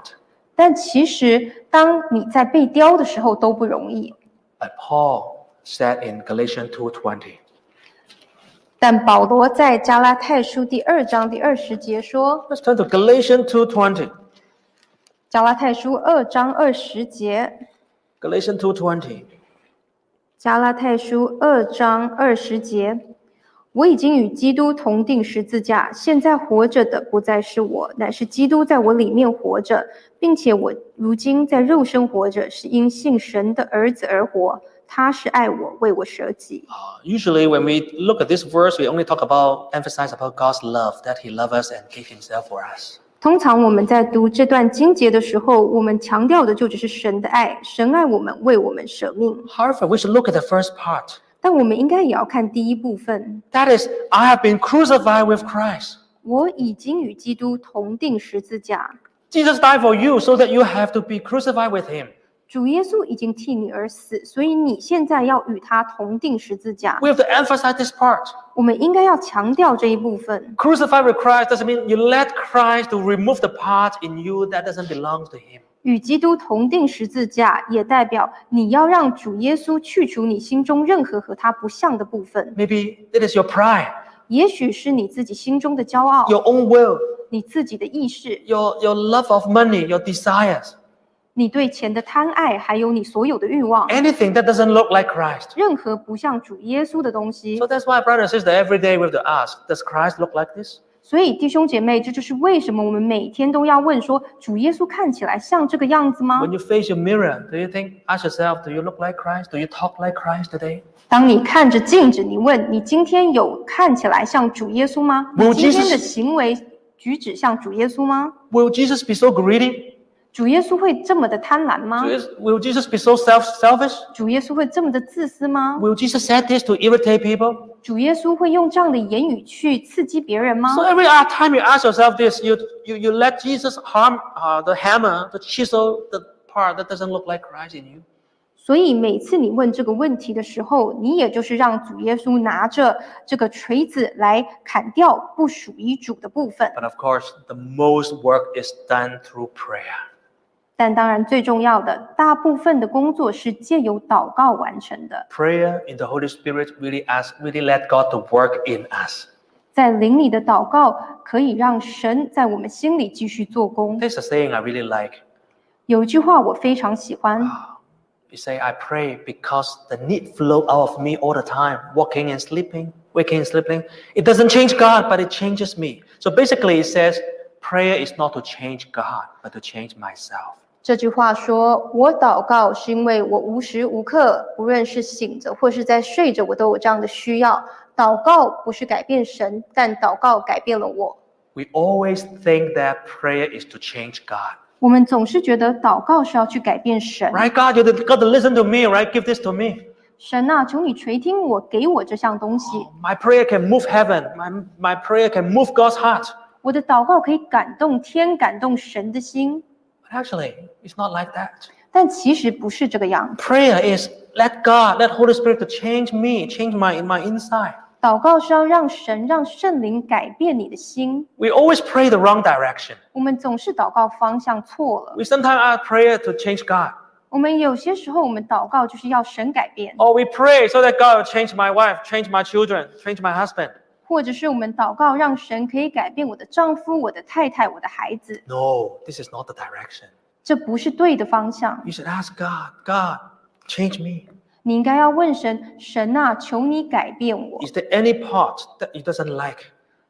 但其实，当你在被雕的时候都不容易。
But Paul said in Galatians 2.20,
但保罗在加拉太书第二章第二十节说
let's turn to Galatians 2.20.：“
加拉太书二章二十节，
Galatians 2.20.
加拉太书二章二十节，我已经与基督同定十字架，现在活着的不再是我，乃是基督在我里面活着，并且我如今在肉身活着，是因信神的儿子而活，他是爱我，为我舍己。”
Uh, usually when we look at this verse, we only talk about, emphasize about God's love, that he loved us and gave himself for us.
通常我们在读这段经节的时候，我们强调的就只是神的爱，神爱我们，为我们舍命。
However, we should look at the first part.
但我们应该也要看第一部分：
That is, I have been crucified with Christ.
我已经与基督同定十字架，
Jesus died for you so that you have to be crucified with him.
主耶稣已经替你而死，所以你现在要与他同定十字架
We。have to emphasize this part.
我们应该要强调这一部分。
Crucified with Christ doesn't mean you let Christ to remove the part in you that doesn't belong to him.
与基督同定十字架，也代表你要让主耶稣去除你心中任何和他不像的部分，
Maybe it is your pride,
也许是你自己心中的骄傲，
your own will,
你自己的意识。
your, your love of money, your desires,
你对钱的贪爱，还有你所有的欲望，
anything that doesn't look like Christ.
任何不像主耶稣的东西
So。that's why, brother and sister, every day we have to ask Does Christ look like this?
所以弟兄姐妹，这就是为什么我们每天都要问说：主耶稣看起来像这个样子吗
When？you face your mirror, do you think, ask yourself, do you look like Christ? Do you talk like Christ today?
当你看着镜子，你问：你今天有看起来像主耶稣吗？你
Will
今天
Jesus-
的行为举止像主耶稣吗？
Will Jesus be so greedy?
主耶稣会这么的贪婪吗？
Will Jesus be so self selfish?
主耶稣会这么的自私吗？
Will Jesus say this to irritate people?
主耶稣会用这样的言语去刺激别人吗
So？every time you ask yourself this, you you, you let Jesus harm uh, the hammer, the chisel, the part that doesn't look like Christ in you.
所以每次你问这个问题的时候，你也就是让主耶稣拿着这个锤子来砍掉不属于主的部分。
But of course, the most work is done through prayer.
但当然，最重要的大部分的工作是借由祷告完成的。
Prayer in the Holy Spirit really ask, really let God to work in us.
在灵里的祷告可以让神在我们心里继续做工。
There's a saying I really like.
有一句话我非常喜欢，
You say, I pray because the need flow out of me all the time, walking and sleeping, waking and sleeping. It doesn't change God, but it changes me. So basically, it says, prayer is not to change God, but to change myself.
这句话说：“我祷告是因为我无时无刻，无论是醒着或是在睡着，我都有这样的需要。祷告不是改变神，但祷告改变了我。
We always think that prayer is to change God.
我们总是觉得祷告是要去改变神。
Right, God, you got to listen to me, right? Give this to me.
神啊，求你垂听我，给我这项东西。
My prayer can move heaven. My, my prayer can move God's heart.
我的祷告可以感动天，感动神的心。
But actually, it's not like that.
但其实不是这个样子。
Prayer is let God, let Holy Spirit to change me, change my, my inside.
祷告是要让神、让圣灵改变你的心。
We always pray the wrong direction.
我们总是祷告方向错了。
We sometimes ask prayer to change God.
我们有些时候，我们祷告就是要神改变。
Or we pray so that God will change my wife, change my children, change my husband.
或者是我们祷告，让神可以改变我的丈夫、我的太太、我的孩子，
No, this is not the direction.
这不是对的方向。
You should ask God, God, change me.
你应该要问神：神啊，求你改变我，
Is there any part that you doesn't like?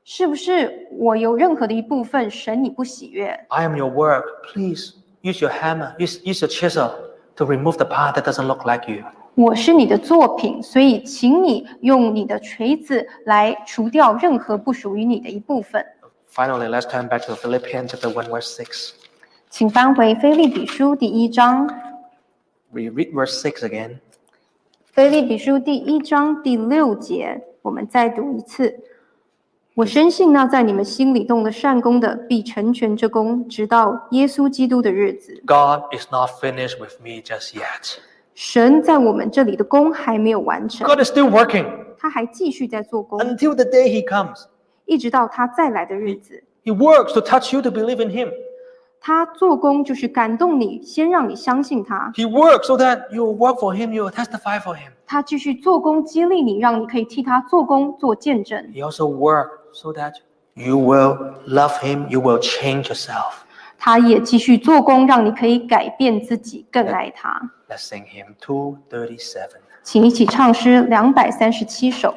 是不是我有任何的一部分，神你不喜悦？
I am your work. Please use your hammer, use, use your chisel to remove the part that doesn't look like you.
我是你的作品，所以请你用你的锤子来除掉任何不属于你的一部分。
Finally, let's turn back to Philippians chapter 1, verse 6.
请翻回《菲利比书》第一章，《
We read verse 6 again.
菲利比书》第一章第六节，我们再读一次。我深信那在你们心里动了善功的，必成全这功，直到耶稣基督的日子。
God is not finished with me just yet.
神在我们这里的功还没有完成，
God is still working.
他还继续在做工，
until the day he comes.
一直到他再来的日子。
He works to touch you to believe in him.
他做工就是感动你，先让你相信他；
He works so that you will work for him, you will testify for him.
他继续做工，激励你，让你可以替他做工做见证。
He also works so that you will love him, you will change yourself.
他也继续做工，让你可以改变自己，更爱他。
Let's sing him 237.
请一起唱诗两百三十七首。